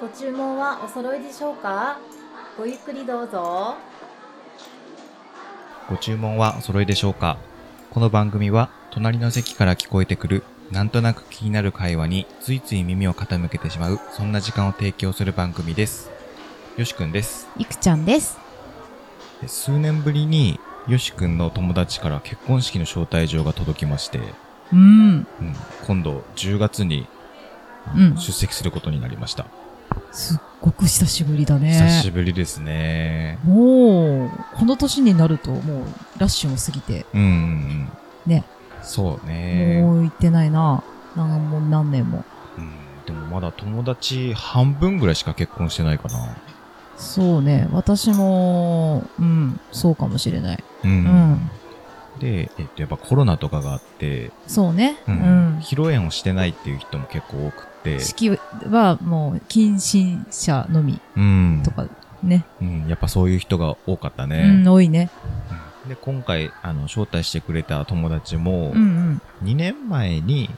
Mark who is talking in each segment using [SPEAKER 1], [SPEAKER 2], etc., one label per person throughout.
[SPEAKER 1] ご注文はお揃いでしょうかごゆっくりどうぞ
[SPEAKER 2] ご注文はお揃いでしょうかこの番組は隣の席から聞こえてくるなんとなく気になる会話についつい耳を傾けてしまうそんな時間を提供する番組ですよしくんです
[SPEAKER 3] いくちゃんです
[SPEAKER 2] で数年ぶりによしくんの友達から結婚式の招待状が届きまして、
[SPEAKER 3] う
[SPEAKER 2] う
[SPEAKER 3] ん
[SPEAKER 2] ん、今度10月に
[SPEAKER 3] うん
[SPEAKER 2] 出席することになりました、
[SPEAKER 3] すっごく久しぶりだね
[SPEAKER 2] 久しぶりですね
[SPEAKER 3] もうこの年になるともうラッシュも過ぎて、
[SPEAKER 2] うんうんうん
[SPEAKER 3] ね
[SPEAKER 2] そうね
[SPEAKER 3] もう行ってないな何も何年も
[SPEAKER 2] うんでもまだ友達半分ぐらいしか結婚してないかな
[SPEAKER 3] そうね私もうんそうかもしれない
[SPEAKER 2] うん、
[SPEAKER 3] うん
[SPEAKER 2] で、えっと、やっぱコロナとかがあって、
[SPEAKER 3] そうねう
[SPEAKER 2] うん
[SPEAKER 3] ん、
[SPEAKER 2] 披露宴をしてないっていう人も結構多くて、
[SPEAKER 3] 式はもう近親者のみ
[SPEAKER 2] うん
[SPEAKER 3] とかね、
[SPEAKER 2] うん、やっぱそういう人が多かった
[SPEAKER 3] う
[SPEAKER 2] ね
[SPEAKER 3] ん、、多いね
[SPEAKER 2] うんで今回あの招待してくれた友達も、
[SPEAKER 3] うん
[SPEAKER 2] 2年前に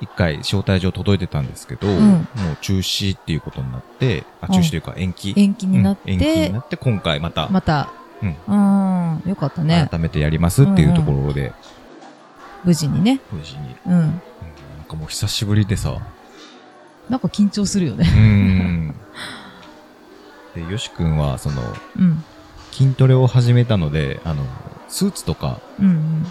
[SPEAKER 2] 1回招待状届いてたんですけど、
[SPEAKER 3] ん
[SPEAKER 2] もう中止っていうことになってあ中止というか延期、
[SPEAKER 3] うん延期になっ
[SPEAKER 2] うん延期に
[SPEAKER 3] て
[SPEAKER 2] なって今回また
[SPEAKER 3] また
[SPEAKER 2] うん
[SPEAKER 3] うんよかったね
[SPEAKER 2] 改めてやりますっていうところで、
[SPEAKER 3] 無事にね
[SPEAKER 2] 無事に、
[SPEAKER 3] うん
[SPEAKER 2] うんなんかもう久しぶりでさ、
[SPEAKER 3] なんか緊張するよね
[SPEAKER 2] うん。で、よしくんは、その、
[SPEAKER 3] うん
[SPEAKER 2] 筋トレを始めたので、あの、スーツとか
[SPEAKER 3] うん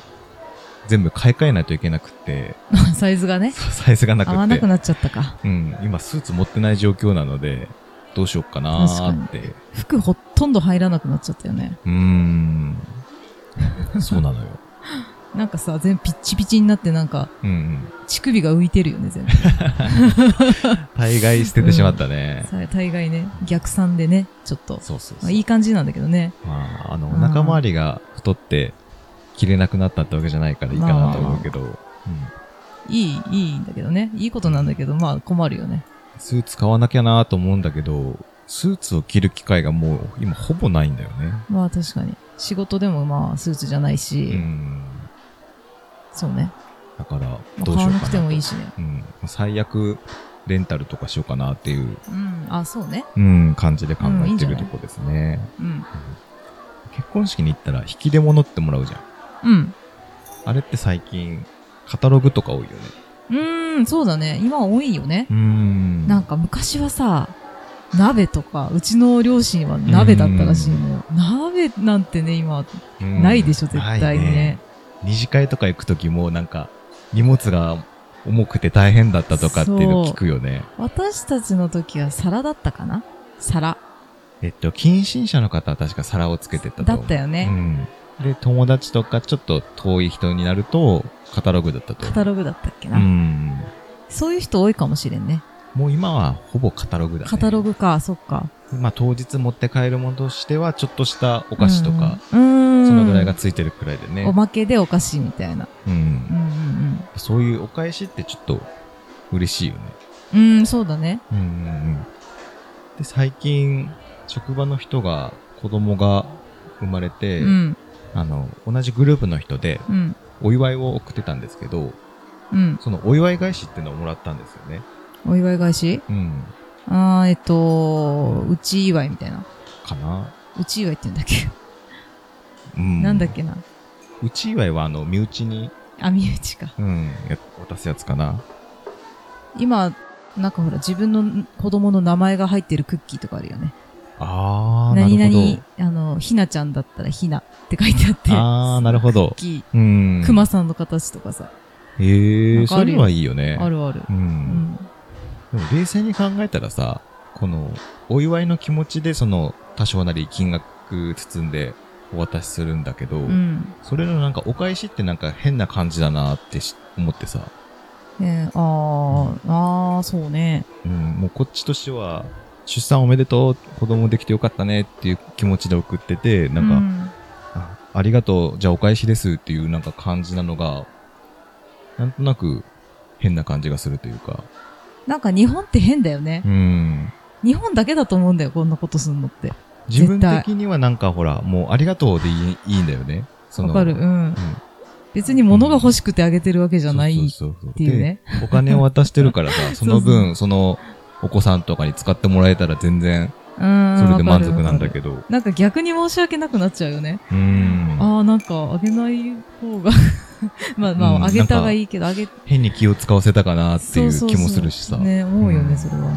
[SPEAKER 2] 全部買い替えないといけなくて、
[SPEAKER 3] うんサイズがね
[SPEAKER 2] サイズがなくて。
[SPEAKER 3] 合わなくなっちゃったか
[SPEAKER 2] うん、今スーツ持ってない状況なので、どうしようかなーって。
[SPEAKER 3] 服ほとんど入らなくなっちゃったよね
[SPEAKER 2] うーん。そう なのよ。
[SPEAKER 3] なんかさ全部ピッチピチになってなんか
[SPEAKER 2] うんうん。
[SPEAKER 3] 乳首が浮いてるよね全部
[SPEAKER 2] 大概捨ててしまったね。
[SPEAKER 3] さ大概ね逆算でねちょっと、
[SPEAKER 2] そうそうそ
[SPEAKER 3] まあ、
[SPEAKER 2] う。
[SPEAKER 3] いい感じなんだけどね
[SPEAKER 2] まあ、あの、お腹周りが太って、着れなくなったってわけじゃないからいいかなと思うけど、うん、
[SPEAKER 3] いいいいんだけどねいいことなんだけどまあ困るよね
[SPEAKER 2] スーツ買わなきゃなと思うんだけど、スーツを着る機会がもう今ほぼないんだよね。
[SPEAKER 3] まあ確かに仕事でもまあスーツじゃないし、
[SPEAKER 2] うん。
[SPEAKER 3] そうね、
[SPEAKER 2] だから、
[SPEAKER 3] まあ
[SPEAKER 2] どうしよ
[SPEAKER 3] 買わ
[SPEAKER 2] うかな
[SPEAKER 3] な
[SPEAKER 2] と。
[SPEAKER 3] くてもいいしね
[SPEAKER 2] うん。最悪、レンタルとかしようかなっていう、
[SPEAKER 3] うんあそうね
[SPEAKER 2] うん、感じで考
[SPEAKER 3] うんいい
[SPEAKER 2] え
[SPEAKER 3] ん
[SPEAKER 2] て
[SPEAKER 3] じゃ
[SPEAKER 2] る
[SPEAKER 3] ない
[SPEAKER 2] とこですね。
[SPEAKER 3] うん
[SPEAKER 2] 結婚式に行ったら引き出物ってもらうじゃん。
[SPEAKER 3] うん
[SPEAKER 2] あれって最近、カタログとか多いよね。
[SPEAKER 3] うーんそうだね今は多いよね
[SPEAKER 2] うん
[SPEAKER 3] なんか昔はさ、鍋とか、うちの両親は鍋だったらしいのよ。鍋なんてね、今、ないでしょ、絶対にね。。
[SPEAKER 2] うんない二次会とか行くときも、なんか、荷物が重くて大変だったとかっていうの聞くよね。
[SPEAKER 3] 私たちの時は皿だったかな皿。
[SPEAKER 2] えっと、近親者の方は確か皿をつけてたと
[SPEAKER 3] だ
[SPEAKER 2] 思う。
[SPEAKER 3] ったよね。
[SPEAKER 2] うん。で、友達とかちょっと遠い人になると、カタログだったと思
[SPEAKER 3] カ
[SPEAKER 2] う。
[SPEAKER 3] タログだったっけな、
[SPEAKER 2] うん。
[SPEAKER 3] そういう人多いかもしれんね。
[SPEAKER 2] もう今はほぼカタログだね。
[SPEAKER 3] カタロ。グか、そっか。
[SPEAKER 2] まあ当日持って帰るものとしては、ちょっとしたお菓子とか、
[SPEAKER 3] うん。うん
[SPEAKER 2] そのぐらいがついてるくらいでね。
[SPEAKER 3] おまけでお菓子みたいな。
[SPEAKER 2] う
[SPEAKER 3] うん
[SPEAKER 2] ん。
[SPEAKER 3] うん
[SPEAKER 2] そういうお返しってちょっと嬉しいよね。
[SPEAKER 3] うん。うん、そうだね。
[SPEAKER 2] うんうんうん。で、最近、職場の人が、子供が生まれて、
[SPEAKER 3] うん、
[SPEAKER 2] あの、同じグループの人で、
[SPEAKER 3] うん、
[SPEAKER 2] お祝いを送ってたんですけど、
[SPEAKER 3] うん。
[SPEAKER 2] そのお祝い返しっていうのをもらったんですよね。
[SPEAKER 3] お祝い返し
[SPEAKER 2] うん。
[SPEAKER 3] あー、えっと、うち祝いみたいな。
[SPEAKER 2] かな、
[SPEAKER 3] うち祝いって言うんだっけ、
[SPEAKER 2] うん、
[SPEAKER 3] なんだっけな。
[SPEAKER 2] うち祝いは、あの、身内に、
[SPEAKER 3] あ、身内か。
[SPEAKER 2] うん、や渡すやつかな。
[SPEAKER 3] 今、なんかほら、自分の子供の名前が入ってるクッキーとかあるよね。
[SPEAKER 2] あー、
[SPEAKER 3] 何
[SPEAKER 2] なるほ
[SPEAKER 3] 々
[SPEAKER 2] ど。、
[SPEAKER 3] あの、ひなちゃんだったらひなって書いてあって。
[SPEAKER 2] あー、なる
[SPEAKER 3] ほ
[SPEAKER 2] ほど
[SPEAKER 3] クッ。キ
[SPEAKER 2] うん
[SPEAKER 3] ー、。熊さんの形とかさ、
[SPEAKER 2] へ
[SPEAKER 3] な
[SPEAKER 2] ー、
[SPEAKER 3] んか
[SPEAKER 2] そ
[SPEAKER 3] あ
[SPEAKER 2] うい
[SPEAKER 3] る
[SPEAKER 2] う
[SPEAKER 3] よ
[SPEAKER 2] のはいいよね。
[SPEAKER 3] あるある。
[SPEAKER 2] う。
[SPEAKER 3] うんん。
[SPEAKER 2] でも冷静に考えたらさ、この、お祝いの気持ちで、その、多少なり金額包んでお渡しするんだけど、
[SPEAKER 3] うん。
[SPEAKER 2] それのなんかお返しってなんか変な感じだなってし思ってさ、
[SPEAKER 3] ねあー、あー、そうね。
[SPEAKER 2] うん、もうこっちとしては、出産おめでとう、子供できてよかったねっていう気持ちで送ってて、なんか、あありがとう、じゃあお返しですっていうなんか感じなのが、なんとなく変な感じがするというか、
[SPEAKER 3] うん、なんか日本って変だよね
[SPEAKER 2] う。ん。
[SPEAKER 3] 日本だけだと思うんだよ、こんなことすんのって。
[SPEAKER 2] 自分
[SPEAKER 3] 絶対
[SPEAKER 2] 的にはなんかほら、もうありがとうでいいいいんだよね。そ
[SPEAKER 3] わ
[SPEAKER 2] の
[SPEAKER 3] かる。うん。別に物が欲しくてあげてるわけじゃない
[SPEAKER 2] そうそうそう
[SPEAKER 3] っていうね。
[SPEAKER 2] でお金を渡してるからさ、その分、そのお子さんとかに使ってもらえたら全然
[SPEAKER 3] うん
[SPEAKER 2] それで満足なんだ
[SPEAKER 3] ど。
[SPEAKER 2] けど。
[SPEAKER 3] なんか逆に申し訳なくなっちゃうよね。
[SPEAKER 2] うん。
[SPEAKER 3] ああ、なんか、あげない方が。 まあま
[SPEAKER 2] うん
[SPEAKER 3] あ、あげたがいいけど、あげ、
[SPEAKER 2] 変に気を使わせたかなっていう
[SPEAKER 3] そう
[SPEAKER 2] 気もするしさ。
[SPEAKER 3] ね、思うよ
[SPEAKER 2] う
[SPEAKER 3] ね、
[SPEAKER 2] ん
[SPEAKER 3] それはね。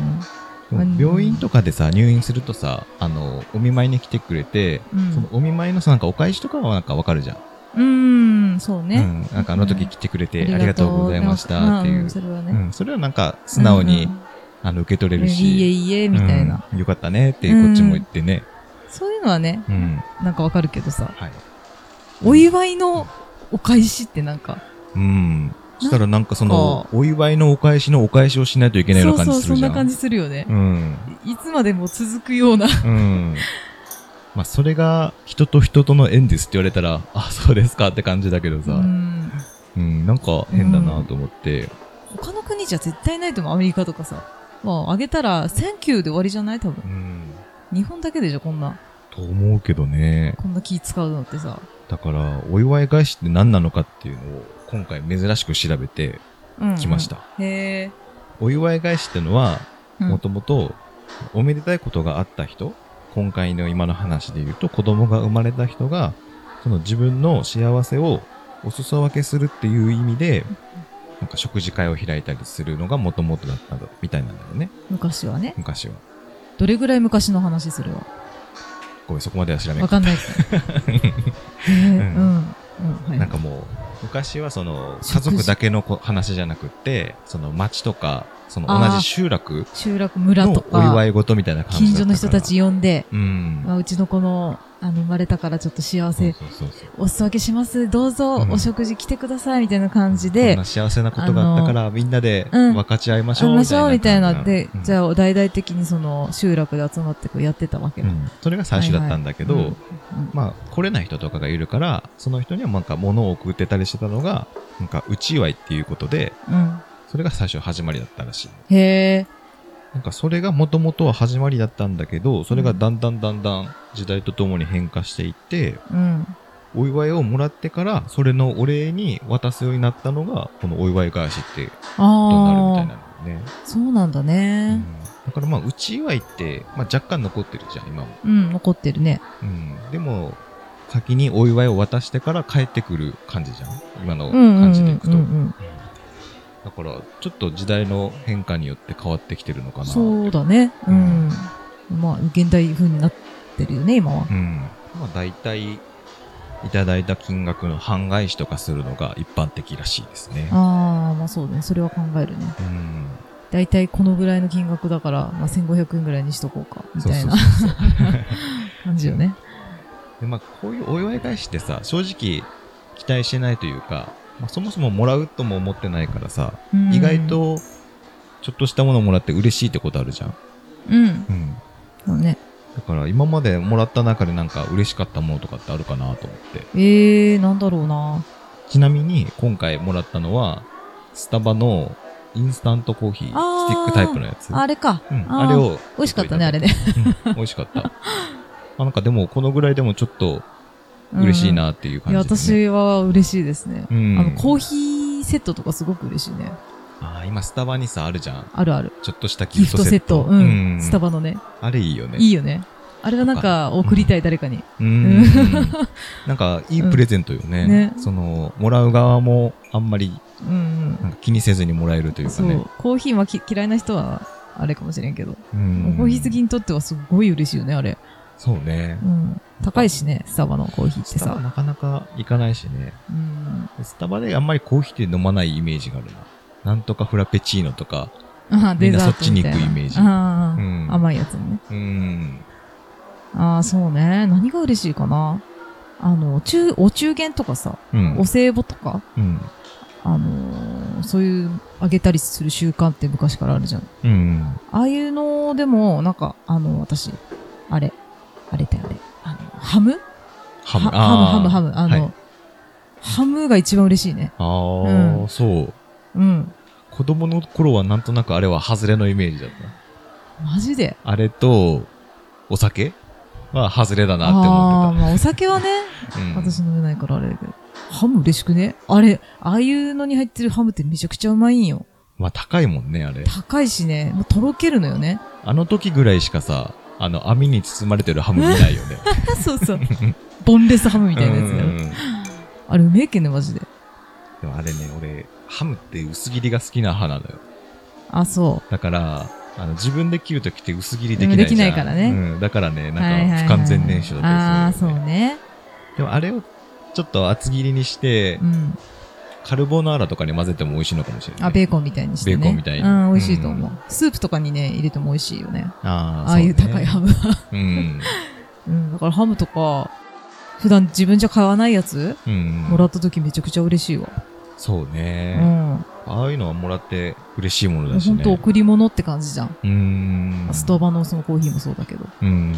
[SPEAKER 2] でも病院とかでさ、入院するとさ、あの、お見舞いに来てくれて、
[SPEAKER 3] うん
[SPEAKER 2] そのお見舞いのさ、なんかお返しとかはなんかわかるじゃん。
[SPEAKER 3] うーん、そうね。
[SPEAKER 2] うん。なんかあの時来てくれてありがとうございましたってい
[SPEAKER 3] ん
[SPEAKER 2] う。
[SPEAKER 3] それは
[SPEAKER 2] う
[SPEAKER 3] ね。
[SPEAKER 2] ん。それはなんか素直に、
[SPEAKER 3] うん
[SPEAKER 2] あの、受け取れ
[SPEAKER 3] うん
[SPEAKER 2] る
[SPEAKER 3] いいえ
[SPEAKER 2] し。
[SPEAKER 3] いいえ、みたいな。
[SPEAKER 2] うん。よかったねってこっちも言ってね。
[SPEAKER 3] そういうのはね、
[SPEAKER 2] うん。
[SPEAKER 3] なんかわかるけどさ、
[SPEAKER 2] はい。
[SPEAKER 3] お祝いのお返しってなんか、
[SPEAKER 2] うん。そしたらなんかそ
[SPEAKER 3] なん
[SPEAKER 2] の、お祝いのお返しのお返しをしないといけないような感
[SPEAKER 3] そ
[SPEAKER 2] じ
[SPEAKER 3] う
[SPEAKER 2] す
[SPEAKER 3] そう、
[SPEAKER 2] る
[SPEAKER 3] そん
[SPEAKER 2] じゃん。
[SPEAKER 3] な感じするよね。
[SPEAKER 2] うん。
[SPEAKER 3] いつまでも続くような。
[SPEAKER 2] うん。まあ、それが人と人との縁ですって言われたら、あ、そうですかって感じだけどさ、
[SPEAKER 3] う
[SPEAKER 2] うん、
[SPEAKER 3] ん
[SPEAKER 2] なんか変だなと思って、
[SPEAKER 3] 他の国じゃ絶対ないと思う、アメリカとかさ。まあ、あげたら、センキューで終わりじゃない多分
[SPEAKER 2] う。ん、
[SPEAKER 3] 日本だけでしょ、こんな、
[SPEAKER 2] と思うけどね。
[SPEAKER 3] こんな気使うのってさ。
[SPEAKER 2] だから、お祝い返しって何なのかっていうのを、今回珍しく調べて
[SPEAKER 3] うん、
[SPEAKER 2] きました。
[SPEAKER 3] た。へえ。
[SPEAKER 2] お祝い返しってのは、
[SPEAKER 3] うん
[SPEAKER 2] もともと、おめでたいことがあった人、今回の今の話で言うと、子供が生まれた人が、その自分の幸せをお裾分けするっていう意味で、なんか食事会を開いたりするのがもともとだったんだみたいなんだよね、
[SPEAKER 3] 昔はね。
[SPEAKER 2] 昔は。
[SPEAKER 3] どれぐらい昔の話それは。
[SPEAKER 2] ごめん、そこまでは知らない
[SPEAKER 3] わ かんないけど。へえうん。うん。はい。
[SPEAKER 2] なんかもう、昔はその、家族だけのこ話じゃなくって、その町とか、その同じ集落
[SPEAKER 3] 集落村と
[SPEAKER 2] のお祝
[SPEAKER 3] か、
[SPEAKER 2] い事みたいな感じ
[SPEAKER 3] 近
[SPEAKER 2] だった
[SPEAKER 3] 所
[SPEAKER 2] から
[SPEAKER 3] の人たち呼んで、
[SPEAKER 2] うん。
[SPEAKER 3] まあ、うちの子の、あの、生まれたからちょっと幸
[SPEAKER 2] そう
[SPEAKER 3] せ、
[SPEAKER 2] そうそうそう。
[SPEAKER 3] お裾分けします、どうぞ、
[SPEAKER 2] うん
[SPEAKER 3] お食事来てください、みたいな感じ
[SPEAKER 2] こ
[SPEAKER 3] で
[SPEAKER 2] んな、幸せなことがあったから、みんなで
[SPEAKER 3] うん
[SPEAKER 2] 分かち合いまし
[SPEAKER 3] 会
[SPEAKER 2] ょう
[SPEAKER 3] いましょう、みたいな
[SPEAKER 2] 感
[SPEAKER 3] っ
[SPEAKER 2] じ
[SPEAKER 3] て、じ
[SPEAKER 2] あ、
[SPEAKER 3] ゃあ、大々的にその、集落で集まってこうやってたわけ
[SPEAKER 2] う
[SPEAKER 3] だ。
[SPEAKER 2] んそれが最初だったんだけど、
[SPEAKER 3] はいはい
[SPEAKER 2] まあ、来れない人とかがいるから、その人にはなんか物を送ってたりしてたのが、なんか、うち祝いっていうことで、
[SPEAKER 3] うん。うん
[SPEAKER 2] それが最初始まりだったらしい。
[SPEAKER 3] へえ。
[SPEAKER 2] なんか、それが元々は始まりだったんだけど、それがだんだんだんだん時代とともに変化していって、
[SPEAKER 3] うん。
[SPEAKER 2] お祝いをもらってから、それのお礼に渡すようになったのが、このお祝い返しってことになるみたい
[SPEAKER 3] ああ、
[SPEAKER 2] なんだよね。
[SPEAKER 3] そうなんだ
[SPEAKER 2] う
[SPEAKER 3] ね。
[SPEAKER 2] んだからまあ、うち祝いって、まあ若干残ってるじゃん、今も。
[SPEAKER 3] うん、残ってるね。
[SPEAKER 2] うん。でも、先にお祝いを渡してから帰ってくる感じじゃん。今の
[SPEAKER 3] うん。
[SPEAKER 2] 感じでいくと。
[SPEAKER 3] うんうん
[SPEAKER 2] だから、ちょっと時代の変化によって変わってきてるのか
[SPEAKER 3] うん
[SPEAKER 2] な。
[SPEAKER 3] そうだね。うん。まあ、現代風になってるよね、今は。
[SPEAKER 2] うん。まあ大体、いただいた金額の半返しとかするのが一般的らしいですね。
[SPEAKER 3] ああ、まあそうだね。それは考えるね。
[SPEAKER 2] うん。
[SPEAKER 3] だいたいこのぐらいの金額だから、まあ、1500円ぐらいにしとこうか、み
[SPEAKER 2] そう
[SPEAKER 3] たい
[SPEAKER 2] そう
[SPEAKER 3] な
[SPEAKER 2] そうそう。
[SPEAKER 3] 感じよね。
[SPEAKER 2] でまあ、こういうお祝い返しってさ、正直期待してないというか、まあ、そもそももらうとも思ってないからさ、
[SPEAKER 3] うん
[SPEAKER 2] 意外、とちょっとしたものもらって嬉しいってことあるじゃん。
[SPEAKER 3] うん。
[SPEAKER 2] うん。
[SPEAKER 3] そうね。
[SPEAKER 2] だから今までもらった中でなんか嬉しかったものとかってあるかなと思って。
[SPEAKER 3] ええー、なんだろうな。
[SPEAKER 2] ちなみに今回もらったのは、スタバのインスタントコーヒー、
[SPEAKER 3] あー
[SPEAKER 2] スティックタイプのやつ。
[SPEAKER 3] あれか。
[SPEAKER 2] うん、
[SPEAKER 3] あー
[SPEAKER 2] あれ。を。
[SPEAKER 3] 美味しかったね、あれね。
[SPEAKER 2] うん。美味しかった。あなんかでもこのぐらいでもちょっと嬉しいなっていう
[SPEAKER 3] うん。いや、
[SPEAKER 2] 感じです、ね
[SPEAKER 3] 私は嬉しいですね。
[SPEAKER 2] うん。
[SPEAKER 3] あの、コーヒーセットとかすごく嬉しいね。
[SPEAKER 2] ああ、今スタバにさ、あるじゃん。
[SPEAKER 3] あるある。
[SPEAKER 2] ちょっとしたギフ
[SPEAKER 3] ギフ
[SPEAKER 2] ト
[SPEAKER 3] ト
[SPEAKER 2] セ
[SPEAKER 3] セ
[SPEAKER 2] ッ
[SPEAKER 3] ッ
[SPEAKER 2] ト。
[SPEAKER 3] ト。うん。スタ
[SPEAKER 2] バ。
[SPEAKER 3] バのね。
[SPEAKER 2] あれいいよね。
[SPEAKER 3] いいよね。あれはなんか、送りたい、誰かに。
[SPEAKER 2] うーん。なんか、いいプレゼントよ
[SPEAKER 3] う
[SPEAKER 2] ね。
[SPEAKER 3] んね
[SPEAKER 2] その、もらう側もあんまり
[SPEAKER 3] うん
[SPEAKER 2] なんか気にせずにもらえるとい
[SPEAKER 3] うん。
[SPEAKER 2] うか
[SPEAKER 3] そ
[SPEAKER 2] ね
[SPEAKER 3] う。。コーヒーはき嫌いな人は、あれかもしれんけど。
[SPEAKER 2] う
[SPEAKER 3] コーヒー好き
[SPEAKER 2] ん。
[SPEAKER 3] にとってはすごい嬉しいよね、あれ。
[SPEAKER 2] そうね
[SPEAKER 3] う。ん。高いしね、スタバのコーヒーって
[SPEAKER 2] スタバ
[SPEAKER 3] さ。
[SPEAKER 2] なかなか行かないしね。
[SPEAKER 3] うん。
[SPEAKER 2] スタバであんまりコーヒーって飲まないイメージがあるな。なんとかフラペチーノとか。
[SPEAKER 3] あ
[SPEAKER 2] みんな
[SPEAKER 3] デザ
[SPEAKER 2] そ
[SPEAKER 3] ー
[SPEAKER 2] っち
[SPEAKER 3] トみ
[SPEAKER 2] に
[SPEAKER 3] た
[SPEAKER 2] 行
[SPEAKER 3] い
[SPEAKER 2] く
[SPEAKER 3] な。
[SPEAKER 2] イメージ
[SPEAKER 3] あー
[SPEAKER 2] うん
[SPEAKER 3] 甘いやつもね。
[SPEAKER 2] うーん。
[SPEAKER 3] ああ、そうね。何が嬉しいかな。あの、中、お中元とかさ、
[SPEAKER 2] うん
[SPEAKER 3] お。歳暮とか、
[SPEAKER 2] うん。
[SPEAKER 3] あのーそういう、あげたりする習慣って昔からあるじゃん。
[SPEAKER 2] うん。
[SPEAKER 3] ああいうのでも、なんか、あの、私、あれ、あれだよね。あの、ハム
[SPEAKER 2] ハム、
[SPEAKER 3] ハム、ハム、ハム。あ
[SPEAKER 2] は
[SPEAKER 3] の、
[SPEAKER 2] い
[SPEAKER 3] ハムが一番嬉しいね。
[SPEAKER 2] あー
[SPEAKER 3] う
[SPEAKER 2] そう。
[SPEAKER 3] うん。
[SPEAKER 2] 子供の頃はなんとなくあれは外れのイメージだった。
[SPEAKER 3] マジで。
[SPEAKER 2] あれと、お酒は外れだなって
[SPEAKER 3] ああー、
[SPEAKER 2] 思
[SPEAKER 3] まあお酒はね、
[SPEAKER 2] ってた。うん、
[SPEAKER 3] 私飲めないからあれだけど。ハム嬉しくねあれ、ああいうのに入ってるハムってめちゃくちゃうまいんよ。
[SPEAKER 2] まあ高いもんね、あれ。
[SPEAKER 3] 高いしね、もうとろけるのよね。
[SPEAKER 2] あの時ぐらいしかさ、あの、網に包まれてるハム見ないよね。
[SPEAKER 3] そうそう。ボンレスハ ムみたいなやつだ
[SPEAKER 2] う
[SPEAKER 3] よ。
[SPEAKER 2] ん
[SPEAKER 3] あれ、うめえけんね、マジで。
[SPEAKER 2] でもあれね、俺、ハムって薄切りが好きな派なのよ。
[SPEAKER 3] あ、そ
[SPEAKER 2] だから、あの自分で切るときって薄切りできないじゃん。
[SPEAKER 3] できないからね
[SPEAKER 2] うん、だからね、
[SPEAKER 3] う。はい
[SPEAKER 2] なん
[SPEAKER 3] はいは
[SPEAKER 2] か
[SPEAKER 3] い
[SPEAKER 2] 不完全燃焼だっ
[SPEAKER 3] あ
[SPEAKER 2] た
[SPEAKER 3] あ、
[SPEAKER 2] りする
[SPEAKER 3] そ
[SPEAKER 2] よ
[SPEAKER 3] う
[SPEAKER 2] ね、
[SPEAKER 3] ね。
[SPEAKER 2] でもあれをちょっと厚切りにして、
[SPEAKER 3] うん。
[SPEAKER 2] カルボナーラとかに混ぜても美味しいのかもしれない。
[SPEAKER 3] あ、ベーコンみたいにしてね。
[SPEAKER 2] ベーコンみたいな
[SPEAKER 3] うん、美味しいと思う。
[SPEAKER 2] う
[SPEAKER 3] スープとかにね、入れても美味しいよね。
[SPEAKER 2] あー
[SPEAKER 3] ああいう高いハ。ムは。
[SPEAKER 2] そうね
[SPEAKER 3] うん、だからハムとか、普段自分じゃ買わないやつ、
[SPEAKER 2] うん。うん。
[SPEAKER 3] もらった時めちゃくちゃ嬉しいわ。
[SPEAKER 2] そう
[SPEAKER 3] う
[SPEAKER 2] ね、
[SPEAKER 3] ん。
[SPEAKER 2] ああいうのはもらって嬉しいものだし
[SPEAKER 3] 本
[SPEAKER 2] ね。
[SPEAKER 3] 当贈り物って感じじゃん。
[SPEAKER 2] うーん。
[SPEAKER 3] ストーバのそのコーヒーもそうだけど。
[SPEAKER 2] うん。
[SPEAKER 3] うん。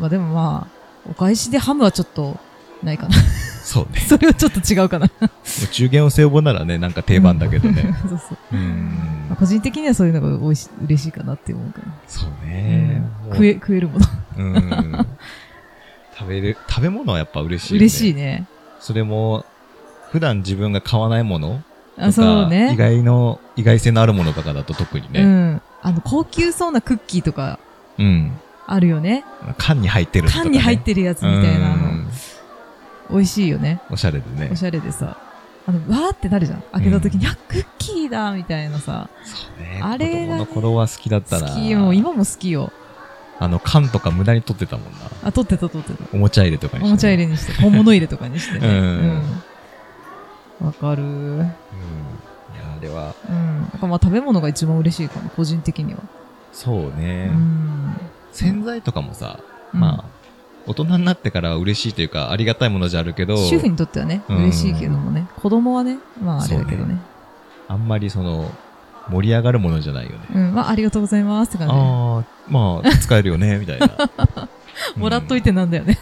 [SPEAKER 3] まあでもまあ、お返しでハムはちょっと、ないかな。
[SPEAKER 2] そうね。
[SPEAKER 3] それはちょっと違うかな。
[SPEAKER 2] お中元お歳暮ならね、なんか定番だけどね。
[SPEAKER 3] そうそう。
[SPEAKER 2] う
[SPEAKER 3] まあ
[SPEAKER 2] ん。
[SPEAKER 3] 個人的にはそういうのがおいし嬉しいかなって思うから。
[SPEAKER 2] そうね。
[SPEAKER 3] うん
[SPEAKER 2] もう
[SPEAKER 3] 食え、食えるもの。
[SPEAKER 2] うん。食べる、食べ物はやっぱ嬉しい、ね。
[SPEAKER 3] 嬉しい
[SPEAKER 2] い。
[SPEAKER 3] ね。
[SPEAKER 2] それも、普段自分が買わないものとか
[SPEAKER 3] あ、そうね。
[SPEAKER 2] 意外の、意外性のあるものとかだと特に
[SPEAKER 3] う
[SPEAKER 2] ね。
[SPEAKER 3] ん。あの、高級そうなクッキーとか
[SPEAKER 2] うん。
[SPEAKER 3] あるよね。
[SPEAKER 2] 缶に入ってるのとか、ね。
[SPEAKER 3] 缶に入ってるやつみたいな
[SPEAKER 2] う
[SPEAKER 3] の。
[SPEAKER 2] ん
[SPEAKER 3] 美味しいよね。
[SPEAKER 2] おしゃれでね
[SPEAKER 3] お。しゃれでさ。あの、わーってなるじゃん。開けた時に、あ、クッキーだみたいなさ。
[SPEAKER 2] そうね。
[SPEAKER 3] あれがね
[SPEAKER 2] 子供の頃は好きだった
[SPEAKER 3] 好
[SPEAKER 2] な。
[SPEAKER 3] きよ。今も好きよ。
[SPEAKER 2] あの、缶とか無駄に取ってたもんな。
[SPEAKER 3] あ、取ってた取ってた。
[SPEAKER 2] おもちゃ入れとかにして、
[SPEAKER 3] おもちゃ入れにして、本物入れとかにしてね。うん。わかる。うん。
[SPEAKER 2] うん。いや、あれは、
[SPEAKER 3] なんかまあ食べ物が一番嬉しいかも、個人的には。
[SPEAKER 2] そう
[SPEAKER 3] う
[SPEAKER 2] ね。
[SPEAKER 3] ん。
[SPEAKER 2] 洗剤とかもさ、まあ、大人になってからは嬉しいというか、ありがたいものじゃあるけ
[SPEAKER 3] あ
[SPEAKER 2] ど、
[SPEAKER 3] 主婦にとってはね、
[SPEAKER 2] うん
[SPEAKER 3] 嬉しいけどもね。子供はね、まああれだけどね。
[SPEAKER 2] あんまりその、盛り上がるものじゃないよね。
[SPEAKER 3] うん。まあありがとうございますって感じで。
[SPEAKER 2] ああ、まあ、使えるよね、 みたいな。うん
[SPEAKER 3] もらっといてなんだよね。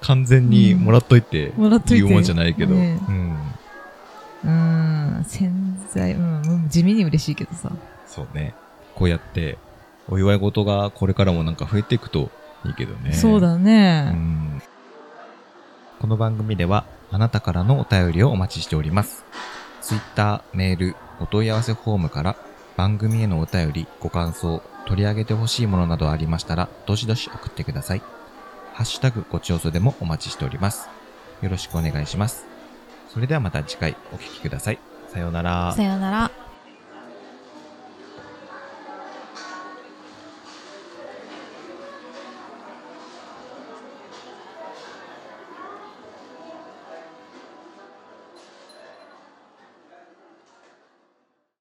[SPEAKER 2] 完全にもらっといて、
[SPEAKER 3] もらっといて。
[SPEAKER 2] 言うもんじゃないけど。
[SPEAKER 3] ね
[SPEAKER 2] うん。
[SPEAKER 3] うん。洗剤、うん。うん地味に嬉しいけどさ。
[SPEAKER 2] そうね。こうやって、お祝い事がこれからもなんか増えていくといいけどね。
[SPEAKER 3] そうだね。
[SPEAKER 2] うんこの番組ではあなたからのお便りをお待ちしております。ツイッター、メール、お問い合わせフォームから番組へのお便り、ご感想、取り上げてほしいものなどありましたら、どしどし送ってください。ハッシュタグごちおそでもお待ちしております。よろしくお願いします。それではまた次回お聞きください。さようなら。
[SPEAKER 1] さようなら。